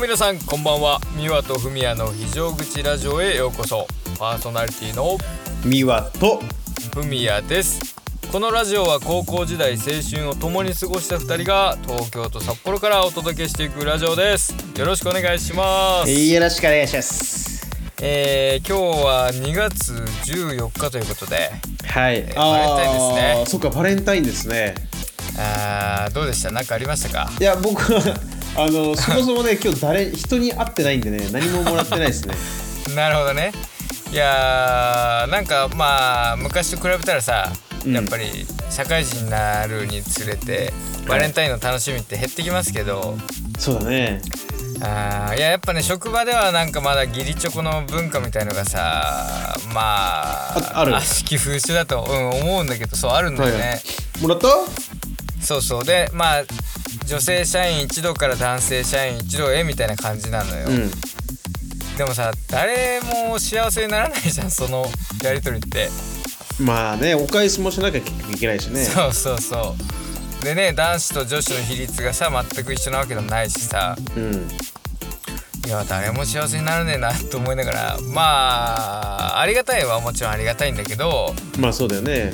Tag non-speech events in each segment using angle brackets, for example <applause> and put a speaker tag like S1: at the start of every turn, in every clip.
S1: 皆さんこんばんは美和とふみやの非常口ラジオへようこそパーソナリティの
S2: 美和と
S1: ふみやですこのラジオは高校時代青春を共に過ごした2人が東京と札幌からお届けしていくラジオですよろしくお願いします
S2: よろしくお願いします
S1: えー、今日は2月14日ということで
S2: は
S1: バレ
S2: い
S1: ンタインですね
S2: あーそっかバレンタインですね
S1: あーどうでした何かありましたか
S2: いや僕はあ
S1: <laughs>
S2: のそもそもね今日誰人に会ってないんでね何ももらってないで
S1: <laughs>
S2: すね
S1: なるほどねいやーなんかまあ昔と比べたらさ、
S2: うん
S1: やっぱり社会人になるにつれてバレンタインの楽しみって減ってきますけど、
S2: そうだね
S1: あーいややっぱね職場ではなんかまだ義理チョコの文化みたいのがさまあ
S2: あある
S1: 悪しき風習だと、うん、思うんだけどそうあるんだよね、
S2: はいもらった
S1: そうそうでまあ女性社員一同から男性社員一同へみたいな感じなのよ、
S2: うん
S1: でもさ誰も幸せにならないじゃんそのやり取りって、
S2: まあねお返しもしなきゃ結局いけないしね
S1: そうそうそうでね男子と女子の比率がさ全く一緒なわけでもないしさ
S2: うん
S1: いや誰も幸せにならねえなと思いながらまあありがたいはもちろんありがたいんだけど
S2: まあそうだよね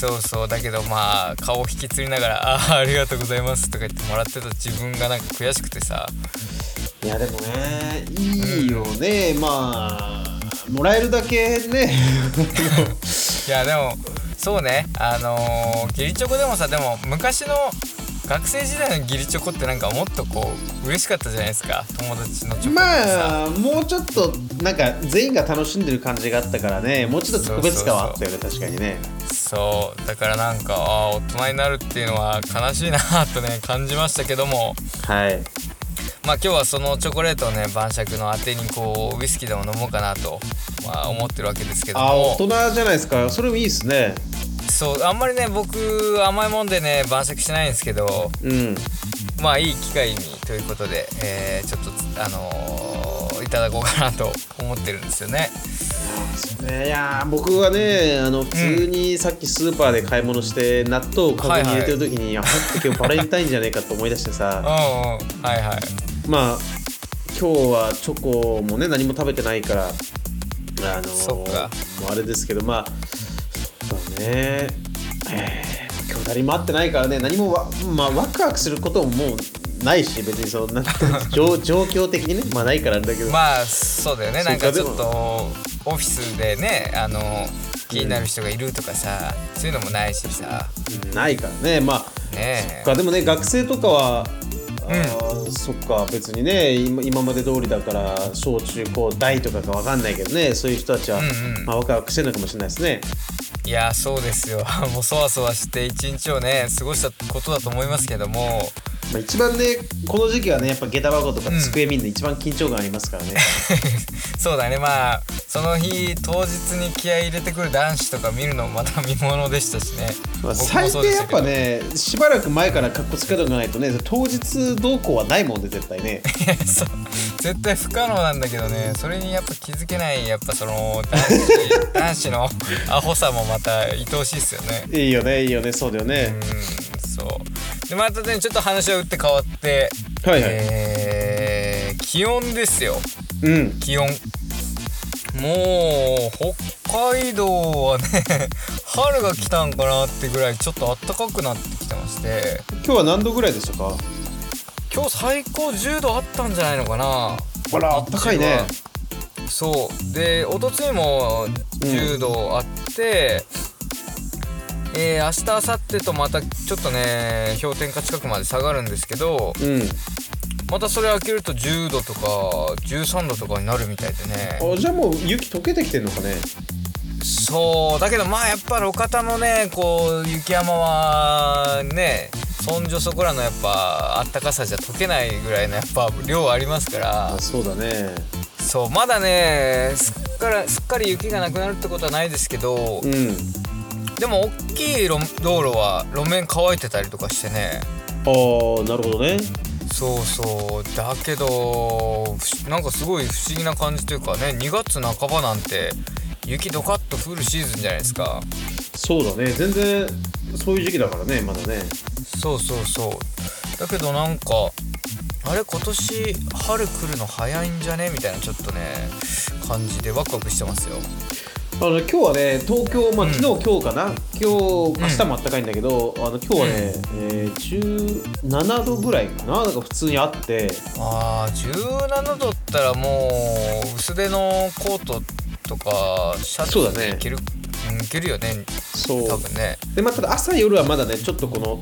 S1: そうそうだけどまあ顔を引きつりながら「あーありがとうございます」とか言ってもらってた自分がなんか悔しくてさ
S2: いやでもねいいよね、まあもらえるだけ
S1: <laughs>
S2: ね
S1: いやでもそうねあのー、ギリチョコでもさでも昔の学生時代のギリチョコってなんかもっとこう嬉しかったじゃないですか友達のチョコってさ、
S2: まあもうちょっとなんか全員が楽しんでる感じがあったからねもうちょっと特別感はあったよね確かにね
S1: そうだからなんかあー大人になるっていうのは悲しいなとね <laughs> 感じましたけども
S2: はい
S1: まあ今日はそのチョコレートをね晩酌のあてにこうウイスキーでも飲もうかなと、まあ、思ってるわけですけども
S2: あ大人じゃないですかそれもいいですね
S1: そうあんまりね僕甘いもんでね晩酌しないんですけど
S2: うん
S1: まあいい機会にということで、えーちょっとつあのーいただこうかなと思ってるんですよね
S2: いやー僕はねあの普通にさっきスーパーで買い物して納豆をカゴに入れてる時に、あほんと今日バレンタインじゃねえかと思い出して
S1: うん
S2: さ
S1: うんはいはい
S2: まあ今日はチョコもね何も食べてないからあのー
S1: そっか
S2: もうあれですけどまあそうねえー今日誰にも会ってないからね何もわ、まあ、ワクワクすることももうないし別に
S1: <laughs>
S2: そんな状状況的にねまあないからあれだけど、
S1: まあそうだよね
S2: そ
S1: な
S2: っ
S1: ん
S2: か
S1: かちょっとオフィスでねあの気になる人がいるとかさ、そういうのもないしさ
S2: ないからねまあ
S1: ねえ
S2: かでもね学生とかは、あーそっか別にね今今まで通りだから小中高大とかかわかんないけどねそういう人たちは、
S1: うんうん
S2: まあ、ワクワクしてるのかもしれないですね
S1: いやそうですよ <laughs> もうそわそわして一日をね過ごしたことだと思いますけども
S2: まあ、一番ねこの時期はねやっぱ下駄箱とか机見るの一番緊張感ありますから <laughs> ね、
S1: そうだねまあその日当日に気合い入れてくる男子とか見るのもまた見ものでしたしね、
S2: まあ、
S1: 僕も
S2: 最
S1: そうで
S2: 低
S1: し
S2: や
S1: た
S2: っ
S1: けど
S2: ぱねしばらく前からかっこつけとかないとね当日動向はないもんで絶対ね <laughs>
S1: いや <laughs> そう絶対不可能なんだけどねそれにやっぱ気づけないやっぱその男子男子のアホさもまた愛おしいっすよね
S2: いいよねいいよねそうだよね、
S1: うんそうでまたねちょっと話は打って変わって
S2: はいはい
S1: えー気温ですよ
S2: うん
S1: 気温もう北海道はね <laughs> 春が来たんかなってぐらいちょっと暖かくなってきてまして
S2: 今日は何度ぐらいでしたか
S1: 今日最高10度あったんじゃないのかな
S2: あらあったかいね
S1: そうで一昨日も10度あって、えー明日明後日とまたちょっとね氷点下近くまで下がるんですけど
S2: うん
S1: またそれ開けると10度とか13度とかになるみたいでね
S2: あじゃあもう雪溶けてきてんのかね
S1: そうだけどまあやっぱ路肩のねこう雪山はねそんじょそこらのやっぱあったかさじゃ溶けないぐらいのやっぱ量ありますから
S2: あそうだね
S1: そうまだねすっからすっかり雪がなくなるってことはないですけど、
S2: うん
S1: でも大きい路道路は路面乾いてたりとかしてね
S2: ああなるほどね
S1: そうそうだけどふしなんかすごい不思議な感じというかね2月半ばなんて雪ドカッと降るシーズンじゃないですか。
S2: そうだね全然そういう時期だからねまだね
S1: そうそうそうだけどなんかあれ今年春来るの早いんじゃねみたいなちょっとね感じでワクワクしてますよ
S2: あの今日はね東京、ま
S1: う
S2: あ、
S1: ん
S2: 昨日、今日かな今日明日も暖かいんだけど、あの今日はね、えー17度ぐらいかななんか普通にあって
S1: あー17度ったらもう薄手のコートとかシャ
S2: そうだ
S1: ツ
S2: ね
S1: でいける、うんいけるよね
S2: そう
S1: 多分ね
S2: でまあただ朝夜はまだねちょっとこの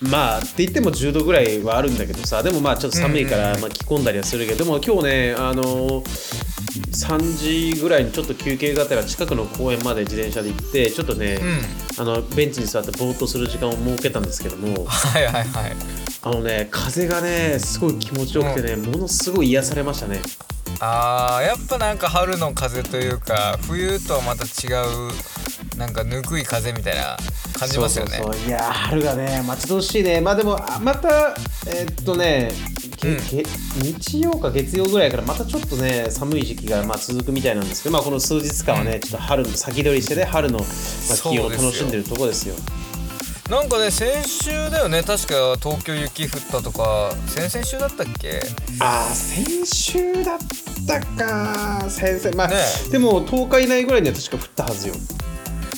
S2: まあって言っても10度ぐらいはあるんだけどさでもまあちょっと寒いか
S1: うんうん
S2: らまあ着込んだりはするけど、でも今日ねあのー3時ぐらいにちょっと休憩がてら近くの公園まで自転車で行ってちょっとね、
S1: うん <laughs>
S2: あのベンチに座ってぼーっとする時間を設けたんですけども
S1: はいはいはい
S2: あのね風がねすごい気持ちよくてね、ものすごい癒されましたね
S1: あーやっぱなんか春の風というか冬とはまた違うなんかぬくい風みたいな感じますよね
S2: そうそうそういやー春がね待ち遠しいねまあでもあまたえーっとねげ
S1: うん
S2: げ日曜か月曜ぐらいからまたちょっとね寒い時期がまあ続くみたいなんですけど、まあ、この数日間はね、ちょっと春の先取りしてね春のまあ
S1: そう
S2: 気温を
S1: ですよ
S2: 楽しんでるとこですよ
S1: なんかね先週だよね確か東京雪降ったとか先々週だったっけ
S2: あー先週だったか先生まあ、
S1: ね
S2: でも10日以内ぐらいには確か降ったはずよ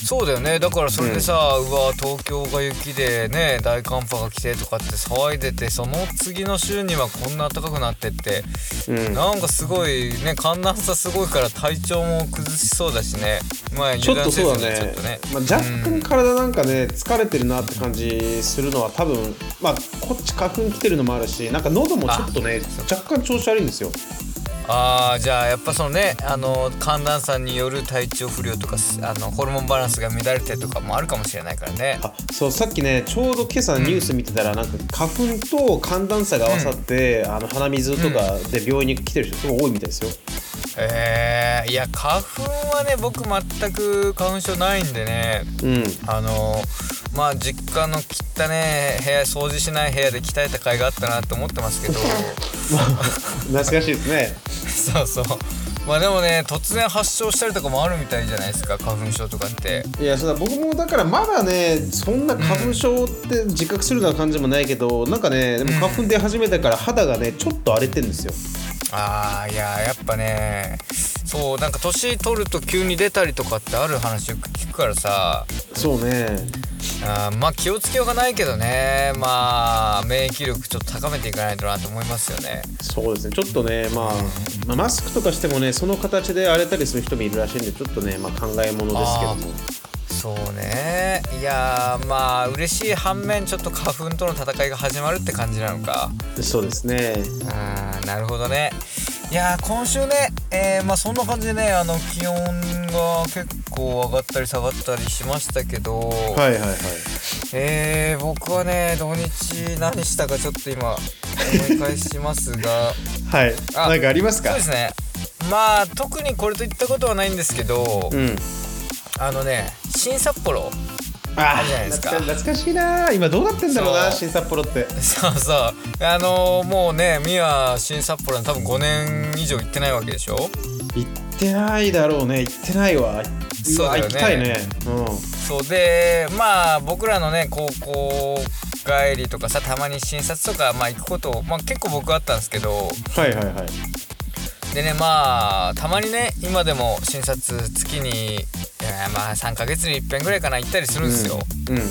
S1: そうだよねだからそれでさ、うわ東京が雪でね大寒波が来てとかって騒いでてその次の週にはこんな暖かくなってって、
S2: うん
S1: なんかすごいね寒暖差すごいから体調も崩しそうだしねまあ
S2: ちょ
S1: 油断
S2: っと
S1: せずに
S2: そうだね
S1: ちょっとね
S2: まあ、若
S1: う
S2: 干
S1: ん
S2: 体なんかね疲れてるなって感じするのは多分、まあ、こっち花粉来てるのもあるしなんか喉もちょっとね若干調子悪いんですよ
S1: あーじゃあやっぱそのねあの寒暖差による体調不良とかあのホルモンバランスが乱れてとかもあるかもしれないからね
S2: あそうさっきねちょうど今朝ニュース見てたら、なんか花粉と寒暖差が合わさって、あの鼻水とかで病院に来てる人すごい多いみたいですよ、
S1: えー、いや花粉はね僕全く花粉症ないんでね
S2: うん
S1: あのまあ実家の汚ね部屋掃除しない部屋で鍛えた甲斐があったなと思ってますけど
S2: 懐かしいですね
S1: そうそうまあでもね突然発症したりとかもあるみたいじゃないですか花粉症とかって
S2: いやそうだ僕もだからまだねそんな花粉症って自覚するような感じもないけど、なんかねでも花粉出始めたから肌がねちょっと荒れてるんですよ
S1: ああいややっぱねそうなんか年取ると急に出たりとかってある話よく聞くからさ
S2: そうね
S1: あーまあ気をつけようがないけどねまあ免疫力ちょっと高めていかないとなと思いますよね
S2: そうですねちょっとね、まあ、まあマスクとかしてもねその形で荒れたりする人もいるらしいんでちょっとね、まあ、考えものですけども
S1: そうねいやーまあ嬉しい反面ちょっと花粉との戦いが始まるって感じなのか
S2: そうですね
S1: あーなるほどねいやー今週ね、えーまあ、そんな感じでねあの気温が結構上がったり下がったりしましたけど、
S2: はいはいはい
S1: えー僕はね土日何したかちょっと今思い返します
S2: <laughs>
S1: が
S2: はい
S1: あ
S2: なんかあります
S1: そう
S2: か
S1: ですねまあ特にこれといったことはないんですけど、
S2: うん
S1: あのね新札幌
S2: あ
S1: るじゃないですか
S2: 懐か懐かしいな今どうなってんだろうな
S1: そう
S2: 新札幌って
S1: そうそうあのーもうねミは新札幌に多分5年以上行ってないわけでしょ
S2: 行ってないだろうね行ってないわ
S1: そうだよね
S2: わ行きたいね
S1: そうでまあ僕らのね高校帰りとかさたまに診察とか、まあ、行くこと、まあ、結構僕あったんですけど
S2: うんはいはいはい
S1: でねまあたまにね今でも診察月に、えーまあ3ヶ月に一遍ぐらいかな行ったりするんですよ、
S2: うん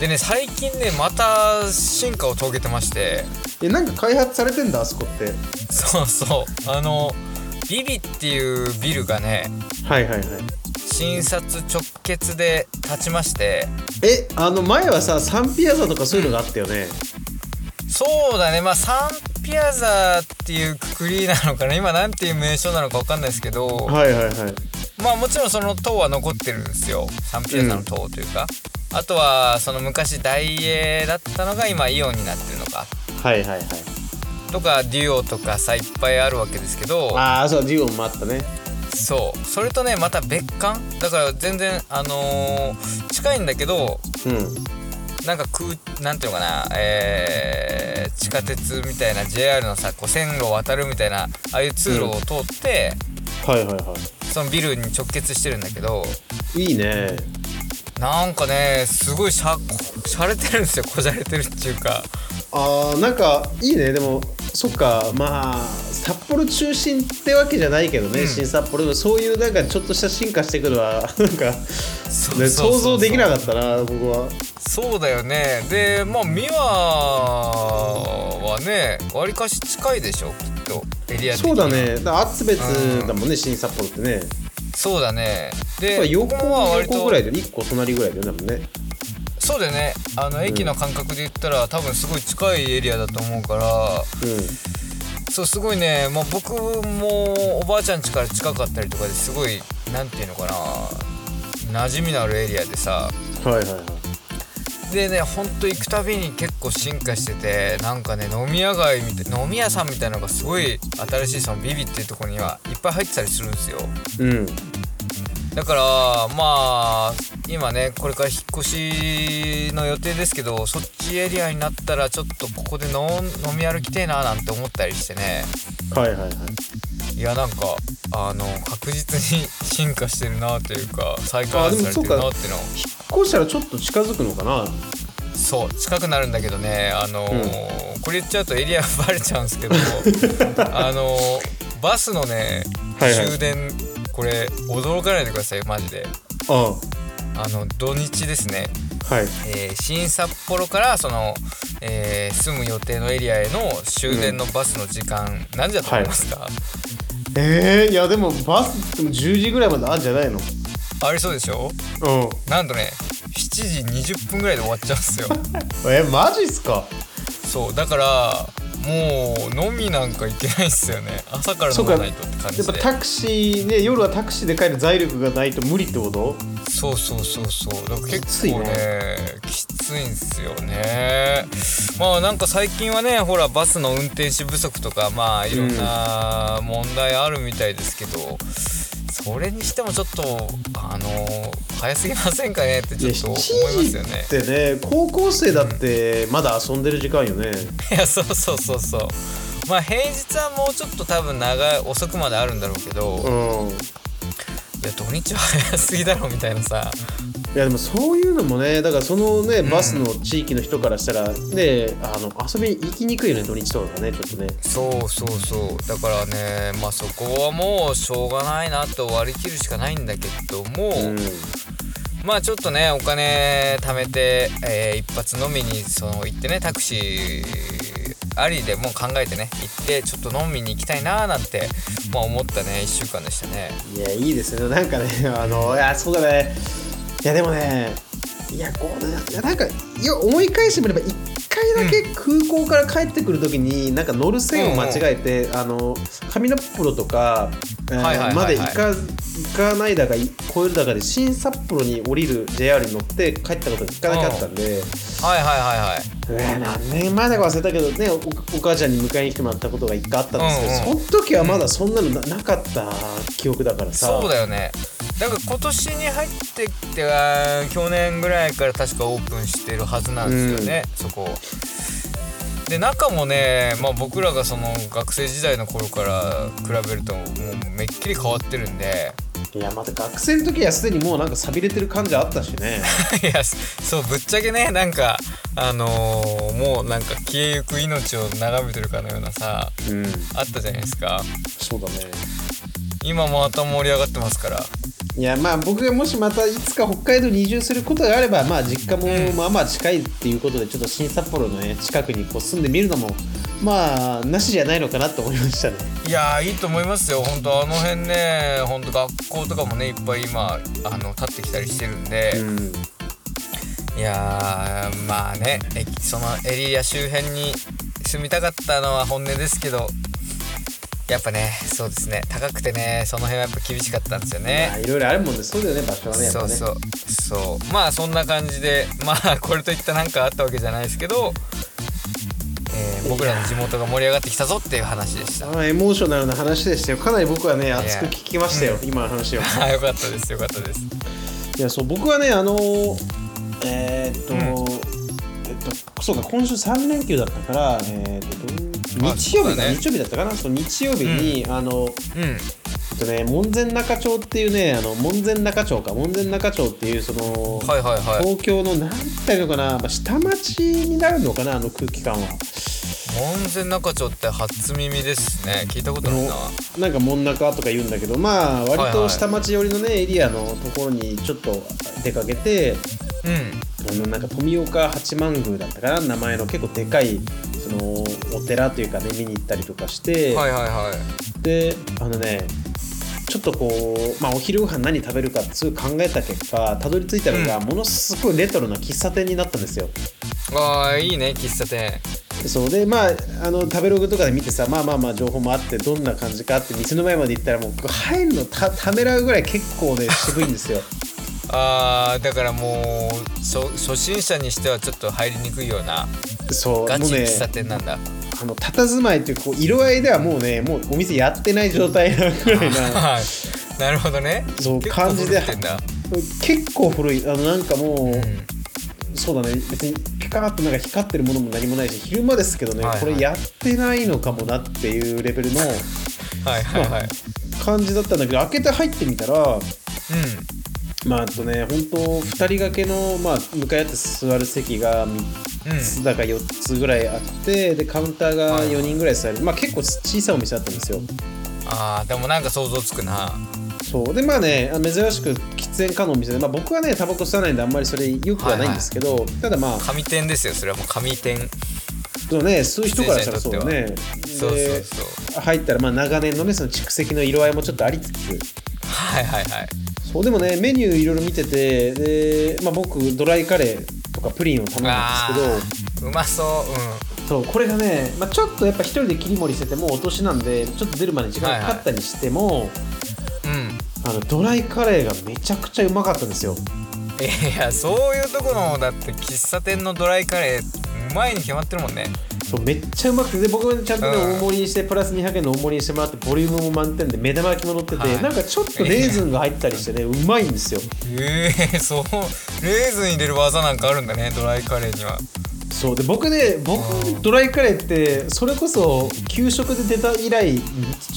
S1: でね最近ねまた進化を遂げてまして
S2: えなんか開発されてんだあそこって
S1: そうそうあのビビっていうビルがね
S2: はいはいはい
S1: 診察直結で立ちまして
S2: えあの前はさサンピアザとかそういうのがあったよね、
S1: そうだねまあサンピアザっていうくくりなのかな今なんていう名称なのかわかんないですけど
S2: はいはいはい
S1: まあもちろんその塔は残ってるんですよサンピアザの塔というか、あとはその昔大英だったのが今イオンになってるのか
S2: はいはいはい
S1: とかデュオとかさいっぱいあるわけですけど
S2: ああそうジオンもあったね
S1: そうそれとねまた別館だから全然あのー近いんだけど
S2: うん
S1: なんか空なんていうのかな、えー地下鉄みたいな JR のさこう線路を渡るみたいなああいう通路を通って、
S2: はいはいは
S1: そのビルに直結してるんだけど
S2: いいいね
S1: なんかねすごいしゃしゃれてるんですよこじゃれてるっていうか
S2: あーなんかいいねでもそっかまあ札幌中心ってわけじゃないけどね、
S1: うん
S2: 新札幌でもそういうなんかちょっとした進化してくるは <laughs> なんか、ね、
S1: そう
S2: 想像できなかったな僕は
S1: そうだよねでまあ美和はねわりかし近いでしょきっとエリア的に
S2: そうだねだから厚別
S1: うん
S2: だもんね、新札幌ってね
S1: そうだねで
S2: まあ横
S1: ここは割
S2: 横ぐら
S1: と
S2: いで1個隣ぐらいだよね多分ね
S1: そうだよねあの駅の感覚で言ったら多分すごい近いエリアだと思うから
S2: う
S1: そうすごいね、まあ、僕もおばあちゃん家から近かったりとかですごいなんていうのかな馴染みのあるエリアでさ
S2: んはいはいはい
S1: でねほんと行くたびに結構進化しててなんかね飲み屋街みたい飲み屋さんみたいなのがすごい新しいそのビビっていうところにはいっぱい入ってたりするんですよ
S2: うん
S1: だからまあ今ねこれから引っ越しの予定ですけどそっちエリアになったらちょっとここでの飲み歩きてえななんて思ったりしてね
S2: はいはいはい
S1: いやなんかあの確実に進化してるなというか再開
S2: あで
S1: 発
S2: も
S1: されてる
S2: そうか
S1: なっていうのを
S2: こうしたらちょっと近づくのかな
S1: そう近くなるんだけどねあのーこれ言っちゃうとエリアバレちゃうんですけ
S2: <laughs>
S1: どあのーバスのね
S2: はいはい
S1: 終電これ驚かないでくださいマジで
S2: ああ
S1: あの土日ですね、
S2: はい
S1: えー新札幌からその、えー住む予定のエリアへの終電のバスの時間、何時だと思いますか、
S2: えー、いやでもバスでも10時ぐらいまであるんじゃないの
S1: ありそうでしょ
S2: うん
S1: なんとね7時20分ぐらいで終わっちゃうん
S2: <laughs>
S1: ですよ
S2: えマジっすか
S1: そうだからもう飲みなんか行けないっすよね朝から飲まないとって感
S2: や
S1: じ
S2: っぱ
S1: で
S2: タクシーね夜はタクシーで帰る財力がないと無理ってこと
S1: そうそうそうそうだから
S2: き
S1: 結
S2: つい
S1: 構
S2: ね
S1: ねきついんすよねまあなんか最近はねほらバスの運転手不足とかまあいろんな問題あるみたいですけど、それにしてもちょっとあの早すぎませんかねってちょっと思いますよね
S2: 7時ってね高校生だってまだ遊んでる時間よね、
S1: いやそうそうそうそうまあ平日はもうちょっと多分長い遅くまであるんだろうけど、
S2: う
S1: い
S2: ん、
S1: や土日は早すぎだろみたいなさ
S2: いやでもそういうのもねだからそのねバスの地域の人からしたらねあの遊びに行きにくいよね土日とかがねちょっとね
S1: そうそうそうだからねまあそこはもうしょうがないなと割り切るしかないんだけども、
S2: うん
S1: まあちょっとねお金貯めて、えー一発飲みにその行ってねタクシーありでもう考えてね行ってちょっと飲みに行きたいなーなんて、まあ、思ったね1週間でしたね
S2: いやいいですねなんかね <laughs> あのいやそうだねいやでもねいやこういやなんかいや思い返してみれば一回だけ空港から帰ってくるときになんか乗る線を間違えて、あの上のプロとか、えー
S1: はいはいはいはい
S2: まで行か行かないだかい超えるだかで新札幌に降りる JR に乗って帰ったことが一回だけあったんで、
S1: はいはいはいはいう
S2: わ何年前だか忘れたけどねおお母ちゃんに迎えに来てもらったことが一回あったんですけど、
S1: うんうん
S2: その時はまだそんなのななかった記憶だからさ。
S1: そうだよねだから今年に入ってきてあー去年ぐらいから確かオープンしてるはずなんですよね、そこで中もね、まあ、僕らがその学生時代の頃から比べるともうめっきり変わってるんで <laughs>
S2: いやまた学生の時はすでにもうなんか寂れてる感じあったしね <laughs>
S1: いやそうぶっちゃけねなんかあのーもうなんか消えゆく命を眺めてるかのようなさ
S2: うん
S1: あったじゃないですか
S2: そうだね
S1: 今また盛り上がってますから
S2: いやまあ僕がもしまたいつか北海道に移住することがあればまあ実家もまあまあ近いっていうことでちょっと新札幌のね近くにこう住んでみるのもまあなしじゃないのかなと思いましたね
S1: いやーいいと思いますよ本当あの辺ね本当学校とかもねいっぱい今あの立ってきたりしてるんで、
S2: ん
S1: いやーまあね駅そのエリア周辺に住みたかったのは本音ですけどやっぱねそうですね高くてねその辺はやっぱ厳しかったんですよね
S2: まあ。いろいろあるもんねそうだよね場所はねやっ
S1: そ
S2: ぱ
S1: う
S2: ね
S1: そうそうまあそんな感じでまあこれといったなんかあったわけじゃないですけど、えー僕らの地元が盛り上がってきたぞっていう話でした。
S2: ああエモーショナルな話でしたよかなり僕はね熱く聞きましたよ、今の話を
S1: <laughs> あよかったですよかったです。
S2: いやそう僕はねあのえーっと、
S1: うん
S2: えっとそうか今週3連休だったから、えーっと土
S1: あ
S2: 日曜
S1: そうだ
S2: 日だ
S1: ね
S2: 日曜日だったかなその日曜日に、あの
S1: うん
S2: えっとね門前仲町っていうねあの門前仲町か門前仲町っていうその、
S1: はいはいはい
S2: 東京のなんて言うのかな、まあ、下町になるのかなあの空気感は
S1: 門前仲町って初耳ですね聞いたことないな
S2: なんか門ん中とか言うんだけどまあ割と下町寄りのねエリアのところにちょっと出かけて
S1: うん
S2: あのなんか富岡八幡宮だったかな名前の結構でかいそのお寺というかね見に行ったりとかして、
S1: はいはいはい
S2: であのねちょっとこう、まあ、お昼ご飯何食べるかっつう考えた結果たどり着いたのが、
S1: う
S2: ものすごいレトロな喫茶店になったんですよ。
S1: ああいいね喫茶店
S2: そうでまああの食べログとかで見てさまあまあまあ情報もあってどんな感じかあって店の前まで行ったらもう入るのたためらうぐらい結構ね渋いんで
S1: <laughs>
S2: すよ。
S1: あーだからもう初初心者にしてはちょっと入りにくいような
S2: そう
S1: ガ
S2: もう
S1: チ
S2: ね
S1: 喫茶店なんだ、
S2: あの佇まいっていうこう色合いではもうねもうお店やってない状態なぐらいな
S1: <laughs> はいなるほどね
S2: そう
S1: 結構
S2: 感じで
S1: 古くてんだ、
S2: 結構古いあのなんかもう、
S1: うん
S2: そうだね別にピカーッとなんか光ってるものも何もないし昼間ですけどね、
S1: はいはい
S2: これやってないのかもなっていうレベルの
S1: はいはいはい、
S2: 感じだったんだけど開けて入ってみたら
S1: うん
S2: まああとね本当2人掛けの、まあ、向かい合って座る席が3つだか4つぐらいあってでカウンターが4人ぐらい座る、まあ、結構小さいお店だったんですよ。
S1: あーでもなんか想像つくな
S2: そうでまあねあ珍しく喫煙可のお店で、まあ、僕はねタバコ吸わないんであんまりそれよくはないんですけど、ただまあ
S1: 紙店ですよそれはもう紙店
S2: そうね吸う人からしたら
S1: 喫
S2: そう
S1: 煙者にとって
S2: ね
S1: そうそうそう
S2: で入ったらまあ長年のねその蓄積の色合いもちょっとありつつ
S1: はいはいはい
S2: そうでもねメニューいろいろ見ててで、まあ、僕ドライカレーとかプリンを頼んだんですけ
S1: あーうまそううん
S2: どそうこれがね、まあ、ちょっとやっぱ一人で切り盛りしててもうお年なんでちょっと出るまで時間かかったりしても、
S1: うん
S2: あのドライカレーがめちゃくちゃうまかったんですよ。
S1: いやそういうとこのだって喫茶店のドライカレーうまいに決まってるもんね
S2: そうめっちゃうまくてで僕はちゃんとね、
S1: うん
S2: 大盛りにしてプラス200円の大盛りにしてもらってボリュームも満点で目玉焼きも乗ってて、
S1: はい
S2: なんかちょっとレーズンが入ったりしてねうまいんですよ
S1: ええそうレーズン入れる技なんかあるんだねドライカレーには
S2: そうで僕ね僕ドライカレーってそれこそ給食で出た以来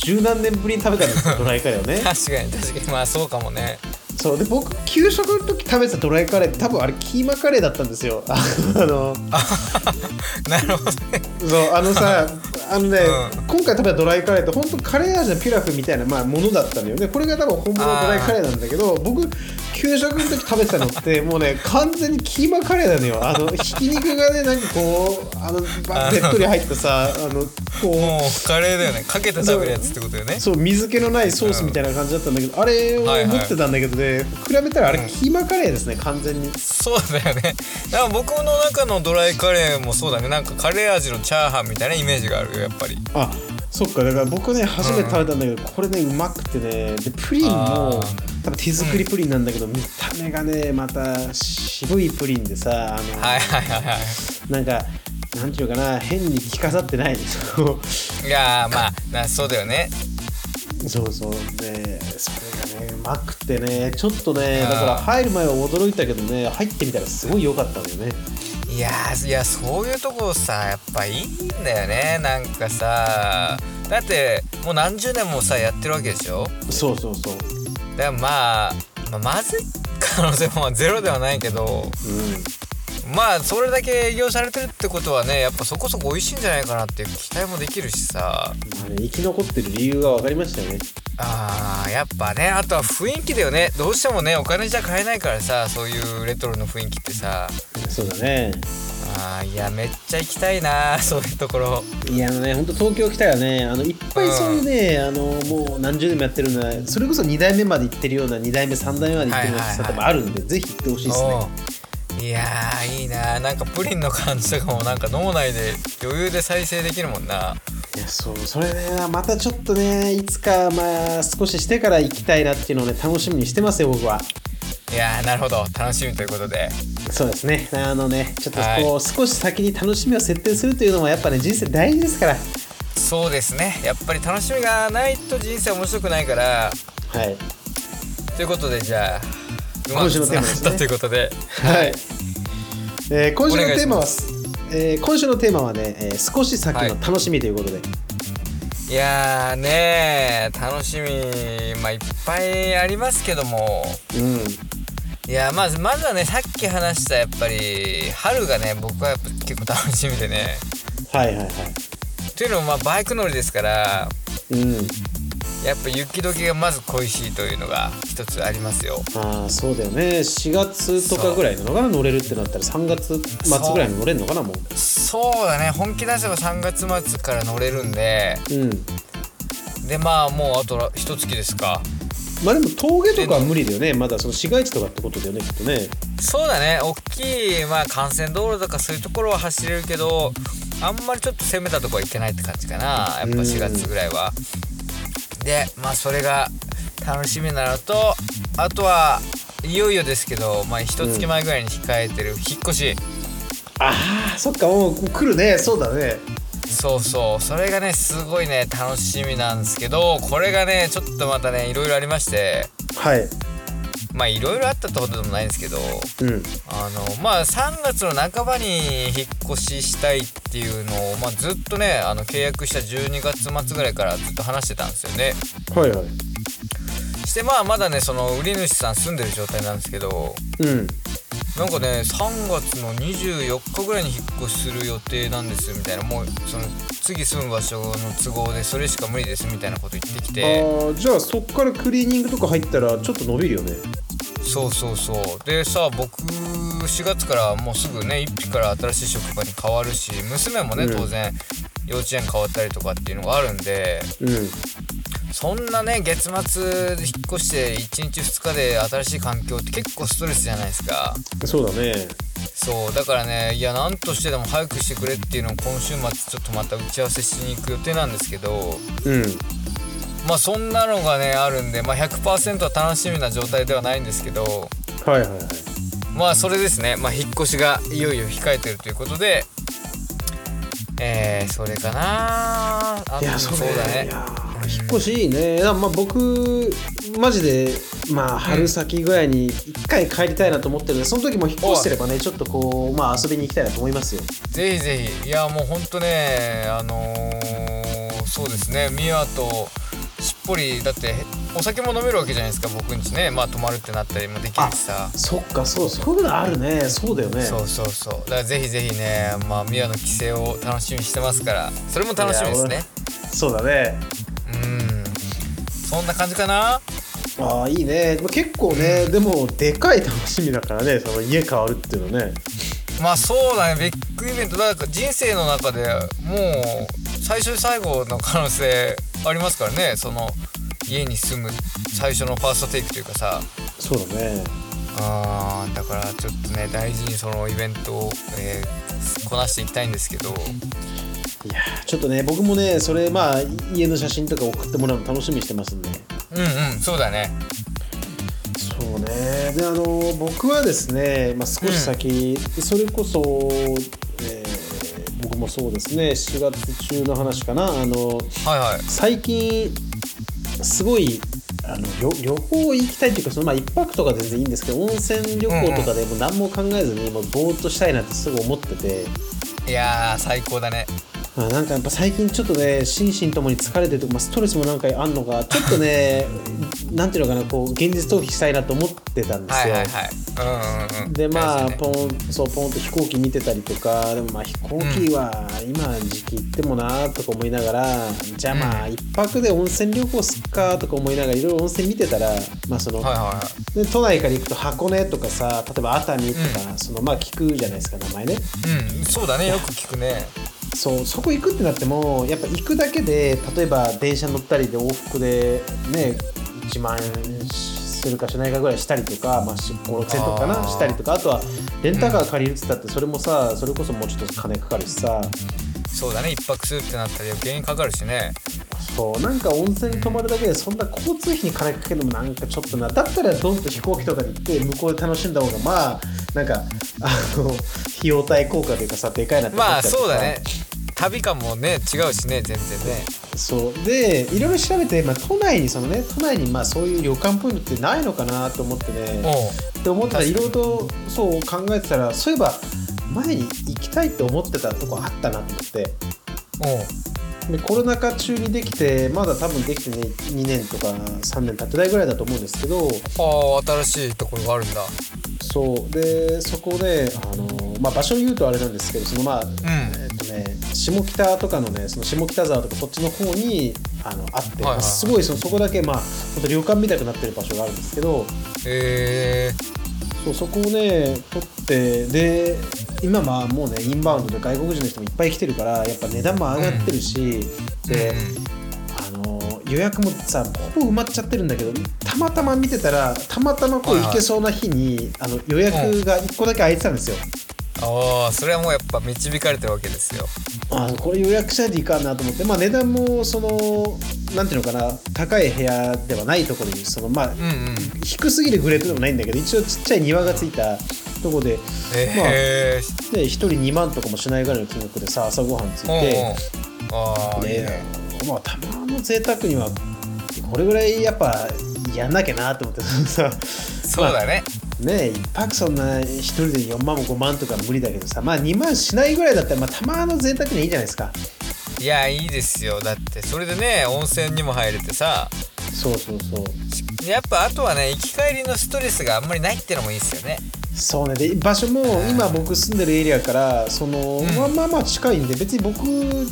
S2: 十何年ぶりに食べた
S1: <laughs>
S2: んですよドライカレーをね
S1: 確かに確かにまあそうかもね
S2: そうで僕給食の時食べてたドライカレーって多分あれキーマカレーだったんですよあの
S1: あなるほどね
S2: そうあ
S1: <laughs>
S2: のさあのね、
S1: う
S2: 今回食べたドライカレーって本当カレー味のピラフみたいな、まあ、ものだったのよねこれが多分本物のドライカレーなんだけど僕給食の時食べてたのってもうね完全にキーマカレーなのよ
S1: <laughs>
S2: あのひき肉がねなんかこうあのばべっとり入ったさあのこ
S1: もうカレーだよねかけて食べるやつってことだよね
S2: うそう水気のないソースみたいな感じだったんだけど、あれを
S1: はいはい
S2: 持ってたんだけどね、比べたらあれ
S1: うん
S2: キーマカレーですね完全に
S1: そうだよねだから僕の中のドライカレーもそうだねなんかカレー味のチャーハンみたいなイメージがあるよやっぱり
S2: あそっかだから僕ね初めて食べたんだけど、これねうまくてねでプリン
S1: あ
S2: も
S1: ー
S2: 多分手作りプリンなんだけど、見た目がねまた渋いプリンでさあの、
S1: はいはいはいは
S2: なんかなんていうかな変に着飾ってないそう
S1: いいやーまあなそうだよね
S2: <laughs> そうそうねそれがねうまくてねちょっとね
S1: あー
S2: だから入る前は驚いたけどね入ってみたらすごい良かったんだよね
S1: いやーいやそういうとこさやっぱいいんだよねなんかさだってもう何十年もさやってるわけでしょ
S2: そうそうそう
S1: だからまあ、まあ、まずい可能性もまあゼロではないけど
S2: うん
S1: まあそれだけ営業されてるってことはねやっぱそこそこ美味しいんじゃないかなっていう期待もできるしさ
S2: まあね生き残ってる理由が分かりましたよね
S1: あーやっぱねあとは雰囲気だよねどうしてもねお金じゃ買えないからさそういうレトロの雰囲気ってさ
S2: そうだね
S1: あーいやめっちゃ行きたいなそういうところ
S2: いやあのね、本当東京来たらね、あのいっぱいそういうね、あのもう何十年もやってるような、それこそ2代目まで行ってるような、2代目、3代目まで行ってるような
S1: はいはいはい
S2: 喫茶店もあるんで、ぜひ行ってほしいですね。
S1: おういやーいいなーなんかプリンの感じとかもなんか脳内で余裕で再生できるもんない
S2: や、そう、それね、またちょっとね、いつか、まあ、少ししてから行きたいなっていうのをね、楽しみにしてますよ、僕は。
S1: いやーなるほど楽しみということで
S2: そうですね、あのね、ちょっと
S1: はい
S2: こう、少し先に楽しみを設定するというのも、やっぱね、人生大事ですから。
S1: そうですねやっぱり楽しみがないと人生面白くないから
S2: はい。
S1: ということでじゃあうま
S2: 今
S1: く
S2: 週の
S1: つ
S2: テー
S1: な
S2: マ
S1: が
S2: で
S1: っ
S2: すね
S1: たということで
S2: はい。えー今週のテーマ
S1: お願
S2: は、えー今週のテーマはね、えー少し先の楽しみということで。
S1: いやーねー楽しみまあいっぱいありますけども
S2: うん
S1: いやーまずまずはねさっき話したやっぱり春がね僕はやっぱ結構楽しみでね
S2: はいはいはい
S1: というのもまあバイク乗りですから
S2: うん
S1: やっぱ雪解けがまず恋しいというのが一つありますよ
S2: ああそうだよね4月とかぐらいなのかな乗れるってなったら3月末ぐらいに乗れるのかなもう
S1: そうだね本気出せば3月末から乗れるんで
S2: うん
S1: でまあもうあと一月ですか
S2: まあでも峠とかは無理だよねまだその市街地とかってことだよねきっとね
S1: そうだね大きい、まあ、幹線道路とかそういうところは走れるけどあんまりちょっと攻めたとこは行けないって感じかなやっぱ4月ぐらいは。でまあそれが楽しみなのとあとはいよいよですけど、まあ、一月前ぐらいに控えてる引っ越し、
S2: ああそっかもう来るねそうだね
S1: そうそうそれがねすごいね楽しみなんですけどこれがねちょっとまたねいろいろありまして
S2: はい
S1: まあいろいろあったってことでもないんですけど
S2: うん
S1: あのまあ3月の半ばに引っ越ししたいっていうのを、まあ、ずっとねあの契約した12月末ぐらいからずっと話してたんですよね
S2: はいはい
S1: してまあまだねその売り主さん住んでる状態なんですけど
S2: うん
S1: なんかね3月の24日ぐらいに引っ越しする予定なんですみたいなもうその次住む場所の都合でそれしか無理ですみたいなこと言ってき
S2: あ
S1: て
S2: ーじゃあそっからクリーニングとか入ったらちょっと伸びるよね
S1: そうそうそうでさ僕4月からもうすぐね1匹から新しい職場に変わるし娘もね
S2: うん
S1: 当然幼稚園変わったりとかっていうのがあるんで
S2: うん
S1: そんなね月末で引っ越して1日2日で新しい環境って結構ストレスじゃないですか
S2: そうだね
S1: そうだからねいや何としてでも早くしてくれっていうのを今週末ちょっとまた打ち合わせしに行く予定なんですけど
S2: うん
S1: まあそんなのがねあるんで、まあ、100%は楽しみな状態ではないんですけど
S2: はいはいはい
S1: まあそれですね、まあ、引っ越しがいよいよ控えてるということでえー、それかなあ
S2: いやそう
S1: そうだね
S2: いやー引っ越しいいね、あまあ、僕マジで、まあ、春先ぐらいに一回帰りたいなと思ってるんでその時も引っ越してればねちょっとこう、まあ、遊びに行きたいなと思いますよ
S1: ぜひぜひいやもうほんとねあのー、そうですねミワとしっぽりだってお酒も飲めるわけじゃないですか僕んちねまあ泊まるってなったりもできるしさ
S2: そっかそうそういうのあるねそうだよね
S1: そうそうそうだからぜひぜひねまあミワの帰省を楽しみにしてますからそれも楽しみです
S2: い
S1: ね
S2: やそうだね
S1: うんそんな感じかな
S2: ああいいねまあ結構ねでもでかい楽しみだからねその家変わるっていうのね
S1: まあそうだねビッグイベントだから人生の中でもう最初で最後の可能性ありますからねその家に住む最初のファーストテイクというかさ
S2: そうだね
S1: あーだからちょっとね大事にそのイベントを、えーこなしていきたいんですけど
S2: いやーちょっとね僕もねそれまあ家の写真とか送ってもらうの楽しみにしてますんで
S1: うんうんそうだね
S2: そうねであの僕はですね、まあ、少し先、それこそ、えー僕もそうですね4月中の話かなあの
S1: はいはい
S2: 最近すごいあの旅旅行行きたいというかその、まあ、一泊とか全然いいんですけど温泉旅行とかでもう何も考えずにもうぼーっとしたいなってすぐ思ってて。
S1: いやー最高だね
S2: あなんかやっぱ最近ちょっとね心身ともに疲れてるとか、まあ、ストレスもなんかあんのかちょっとねなんていうのかなこう現実逃避したいなと思ってたんですよ。
S1: はいはいはいうんうんうん
S2: でま
S1: 大
S2: あ、
S1: 事ね
S2: ポンそうポンと飛行機見てたりとかでもまあ飛行機は今の時期行ってもなとか思いながら、じゃあまあ
S1: うん
S2: 一泊で温泉旅行すっかとか思いながらいろいろ温泉見てたら、まあその
S1: はいはいはい
S2: で都内から行くと箱根とかさ例えば熱海とか、そのまあ聞くじゃないですか名前ね。
S1: うんそうだねよく聞くね
S2: そうそこ行くってなってもやっぱ行くだけで例えば電車乗ったりで往復でね1万円するかしないかぐらいしたりとか、まあ、5 6千円とかか
S1: あ
S2: な
S1: ー
S2: したりとかあとはレンタカー借りるっつったってそれもさそれこそもうちょっと金かかるしさ
S1: そうだね一泊するってなったら余計にかかるしね
S2: そうなんか温泉に泊まるだけでそんな交通費に金かけるのもなんかちょっとなだったらどんと飛行機とかで行って向こうで楽しんだ方がまあなんかあの費用対効果というかさでかいなって思っち
S1: ま
S2: ゃ
S1: あ
S2: って
S1: そうだ
S2: さ
S1: ね旅感もね違うしね全然ね
S2: そうでいろいろ調べて、まあ、都内にそのね都内にまあそういう旅館ポイントってないのかなと思ってね
S1: も
S2: って思ったらいろいろとそう考えてたらそういえば前に行きたいと思ってたとこあったなと思って
S1: うもう
S2: でコロナ禍中にできてまだ多分できてね2年とか3年経ってないぐらいだと思うんですけど
S1: ああ新しいところがあるんだ
S2: そうでそこであの、まあ、場所を言うとあれなんですけどそのまあ、
S1: うん
S2: えっとね、下北とかのねその下北沢とかそっちの方にあのあって、
S1: はいはいはい
S2: すごいそのそこだけ、まあ、ほんと旅館みたいになってる場所があるんですけど
S1: え
S2: そうそこをね取ってで今まあもうねインバウンドで外国人の人もいっぱい来てるからやっぱ値段も上がってるし、
S1: ー、
S2: で、
S1: うん
S2: あの予約もさほぼ埋まっちゃってるんだけどたまたま見てたらたまたまこう
S1: はいはい
S2: 行けそうな日に、あの予約が1個だけ空いてたんですよ。
S1: ああそれはもうやっぱ導かれてるわけですよ
S2: あこれ予約しないといかんなと思って、まあ、値段もそのなんていうのかな高い部屋ではないところにその、まあ
S1: うんうん
S2: 低すぎるグレードでもないんだけど一応ちっちゃい庭がついたとこで
S1: え
S2: で1人2万とかもしないぐらいの金額でさ朝ごはんつい
S1: ー、うん
S2: て。
S1: うんああいい
S2: で
S1: ね
S2: まあ、たまの贅沢にはこれぐらいやっぱやんなきゃなと思ってさ <laughs>
S1: そうだね、
S2: ねえ1泊そんな1人で4万も5万とか無理だけどさまあ2万しないぐらいだったら、まあ、たまの贅沢にはいいじゃないですか
S1: いやいいですよだってそれでね温泉にも入れてさ
S2: そうそうそう
S1: やっぱあとはね行き帰りのストレスがあんまりないってのもいいですよね
S2: そうねで場所も今僕住んでるエリアからその、
S1: うん
S2: まあまあまあ近いんで別に僕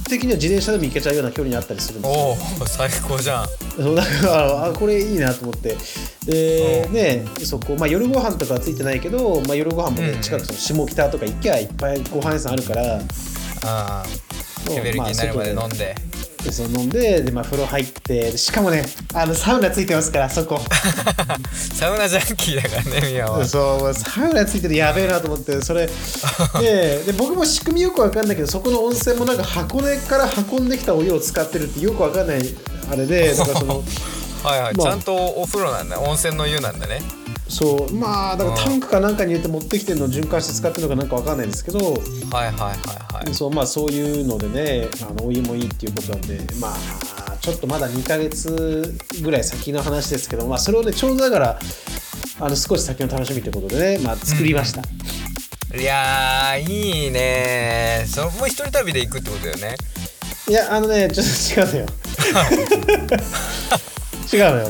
S2: 的には自転車でも行けちゃうような距離にあったりするんですよ
S1: おお最高じゃん
S2: そうだからあこれいいなと思ってで、
S1: う
S2: ねそこ、まあ、夜ご飯とかはついてないけど、まあ、夜ご飯も
S1: うんう
S2: ね
S1: ん
S2: 近くその下北とか行きゃいっぱいご飯屋さんあるから
S1: ああ
S2: も
S1: レベル気になるまで飲んで、
S2: でそう飲んでで、まあ、風呂入ってでしかもねあのサウナついてますからそこ
S1: サウナジャンキーだからねみやは
S2: そうサウナついてるやべえなと思ってそれでで僕も仕組みよくわかんないけどそこの温泉もなんか箱根から運んできたお湯を使ってるってよくわかんないあれでだから
S1: <laughs>
S2: その
S1: はいはい、
S2: まあ
S1: ちゃんとお風呂なんだ温泉の湯なんだね
S2: そうまあだから
S1: うん
S2: タンクかなんかに入れて持ってきてるのを循環して使ってるのかなんかわかんないですけど
S1: はいはいはいはい
S2: そうまあそういうのでねあのお湯もいいっていうことなんでまあちょっとまだ2ヶ月ぐらい先の話ですけど、まあ、それをねちょうどだからあの少し先の楽しみということでね、まあ、作りました、
S1: いやーいいねそれもう一人旅で行くってことだよね
S2: いやあのねちょっと違うのよ違うのよ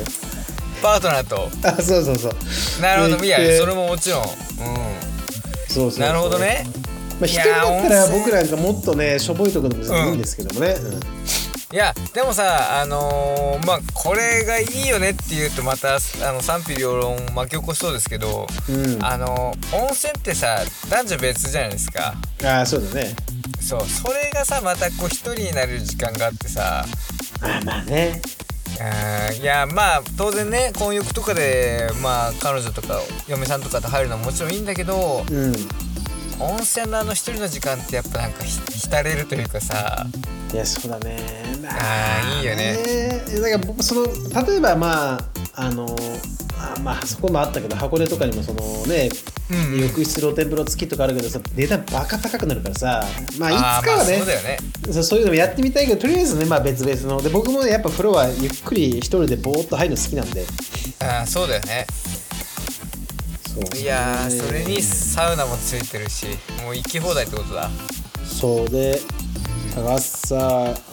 S1: パートナーと
S2: あそうそうそう
S1: なるほ
S2: 行っ
S1: ど
S2: て
S1: いやそれももちろんうん
S2: そうそうそう
S1: なるほどね
S2: まあ、一人だった
S1: いや
S2: ら
S1: 温泉
S2: 僕なんかもっとねしょぼいとこでも全然いいんですけどもね、うん
S1: いやでもさあのーまあこれがいいよねって言うとまたあの賛否両論巻き起こしそうですけど、
S2: うん
S1: あのー温泉ってさ男女別じゃないですか
S2: ああそうだね
S1: そうそれがさまたこう一人になれる時間があってさ
S2: あまあね
S1: うんいやまあ当然ね婚約とかでまあ彼女とか嫁さんとかと入るのはもちろんいいんだけど
S2: うん
S1: 温泉のあの一人の時間ってやっぱなんかひ浸れるというかさ
S2: いやそうだね
S1: あーいいよね
S2: えだから僕その例えばまああのあまあそこもあったけど箱根とかにもそのね
S1: うんうん
S2: 浴室露天風呂付きとかあるけどさ値段バカ高くなるからさまあ
S1: あ
S2: いつ
S1: ーま
S2: か
S1: あ
S2: はね,
S1: そ
S2: そう
S1: だよね
S2: う、そういうのもやってみたいけどとりあえずねまあ別々ので僕もねやっぱ風呂はゆっくり一人でぼーっと入るの好きなんで
S1: あーそうだよね
S2: そう
S1: いやーそれにサウナもついてるしもう行き放題ってことだ
S2: そうで朝、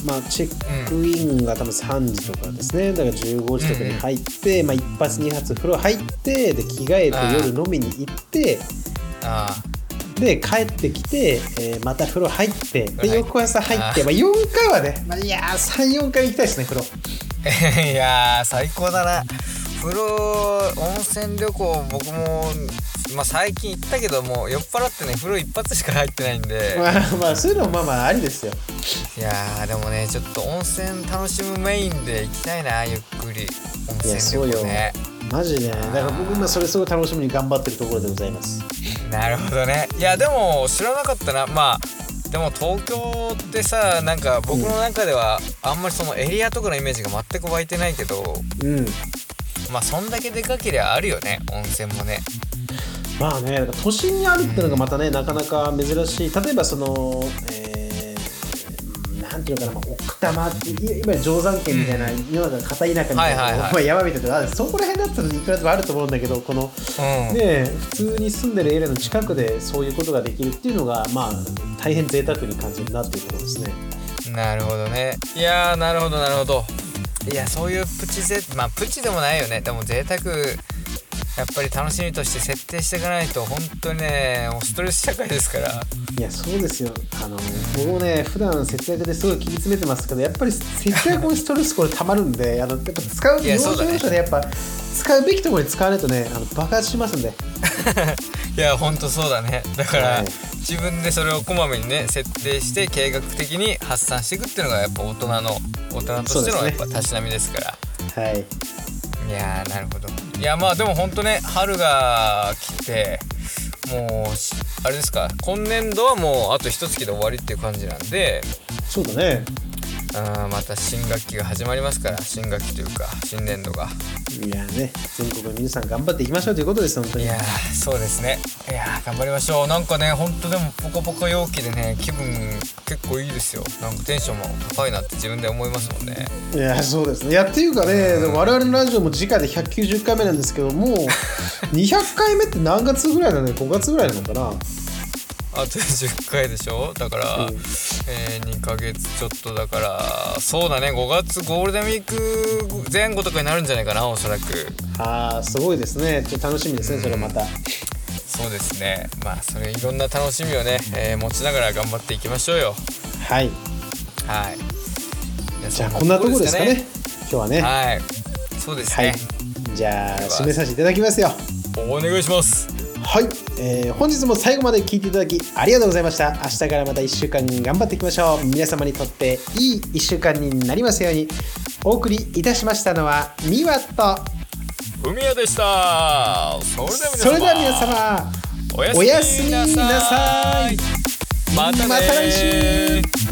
S2: まあ、チェックインが多分3時とかですね、だから15時とかに入って、まあ、1発2発風呂入ってで着替え
S1: ああ
S2: て夜飲みに行って
S1: あ
S2: で帰ってきて、えーまた風呂入っ
S1: 風
S2: て
S1: 呂入っ
S2: で翌朝入って
S1: ああ
S2: まあ、4回はね、まあ、いやー34回行きたいですね風
S1: <laughs>
S2: 呂
S1: ー <laughs> いやー最高だな風呂温泉旅行僕もまあ最近行ったけどもう酔っ払ってね風呂一発しか入ってないんで
S2: まあまあそういうのもまあまあありですよ
S1: いやーでもねちょっと温泉楽しむメインで行きたいなゆっくり温
S2: いやそう
S1: 泉旅
S2: よ
S1: 行ね
S2: マジでだから僕今それすごい楽しみに頑張ってるところでございます
S1: なるほどねいやでも知らなかったなまあでも東京ってさなんか僕の中ではあんまりそのエリアとかのイメージが全く湧いてないけど
S2: うん
S1: まあそんだけでかけりゃあるよね温泉もね
S2: まあね、なんか都心にあるっていうのがまたね、なかなか珍しい、例えばその、えー、なんていうのかな、まあ、奥多摩って、いいわゆる定山県みたいな、世の中の片田舎みたいな、
S1: はいはいはい
S2: まあ、山みたいなのがある、そこら辺だったらいくらでもあると思うんだけど、この、
S1: うん、
S2: ね、普通に住んでるエリアの近くでそういうことができるっていうのが、まあ、大変贅沢に感じるなっていうところですね。
S1: なるほどねいやーなるほどなるほどいやそういうプチぜまあプチでもないよねでも贅沢やっぱり楽しみとして設定していかないと本当にねもうストレス社会ですから
S2: いやそうですよあの僕もね普段節約ですごい切り詰めてますけどやっぱり節約もストレスこれたまるんで <laughs> あのやっぱ使う
S1: いや
S2: 要
S1: そうだ
S2: 所
S1: ね
S2: 要所でやっぱ使うべきところに使わないとねあの爆発しますんで
S1: いやほんとそうだねだから、
S2: はい
S1: 自分でそれをこまめにね設定して計画的に発散していくっていうのがやっぱ大人の大人としての
S2: そう
S1: や
S2: で
S1: っ
S2: すね
S1: ぱたしなみですから
S2: はい
S1: いやーなるほどいやまあでもほんとね春が来てもうしあれですか今年度はもうあと一月で終わりっていう感じなんで
S2: そうだね
S1: あーまた新学期が始まりますから新学期というか新年度が
S2: いやね全国の皆さん頑張っていきましょうということです本当
S1: い
S2: に
S1: やーそうですねいやー頑張りましょうなんかねほんとでもポカポカ陽気でね気分結構いいですよなんかテンションも高いなって自分で思いますもんね
S2: いやそうですねいやっていうかねでも我々のラジオも次回で190回目なんですけどもう200回目って何月ぐらいなのね5月ぐらいなのかな
S1: あと10回でしょだから、
S2: うん
S1: えー、2ヶ月ちょっとだからそうだね5月ゴールデンウィーク前後とかになるんじゃないかなおそらく
S2: あーすごいですねちょっと楽しみですねそれまた、
S1: そうですねまあそれいろんな楽しみをね、えー持ちながら頑張っていきましょうよ
S2: はい
S1: はいいや
S2: じゃあこんなところですかね今日はね
S1: はいそうです
S2: はい
S1: ね、、
S2: じゃあ締めさせていただきますよ
S1: お願いします
S2: はい、えー本日も最後まで聞いていただきありがとうございました明日からまた1週間頑張っていきましょう皆様にとっていい1週間になりますようにお送りいたしましたのはミワと
S1: 海谷でしたそれでは皆様
S2: それでは皆様
S1: おや
S2: おや
S1: す
S2: す
S1: み
S2: み
S1: な
S2: な
S1: さ
S2: さ
S1: い
S2: い
S1: またねー
S2: また来週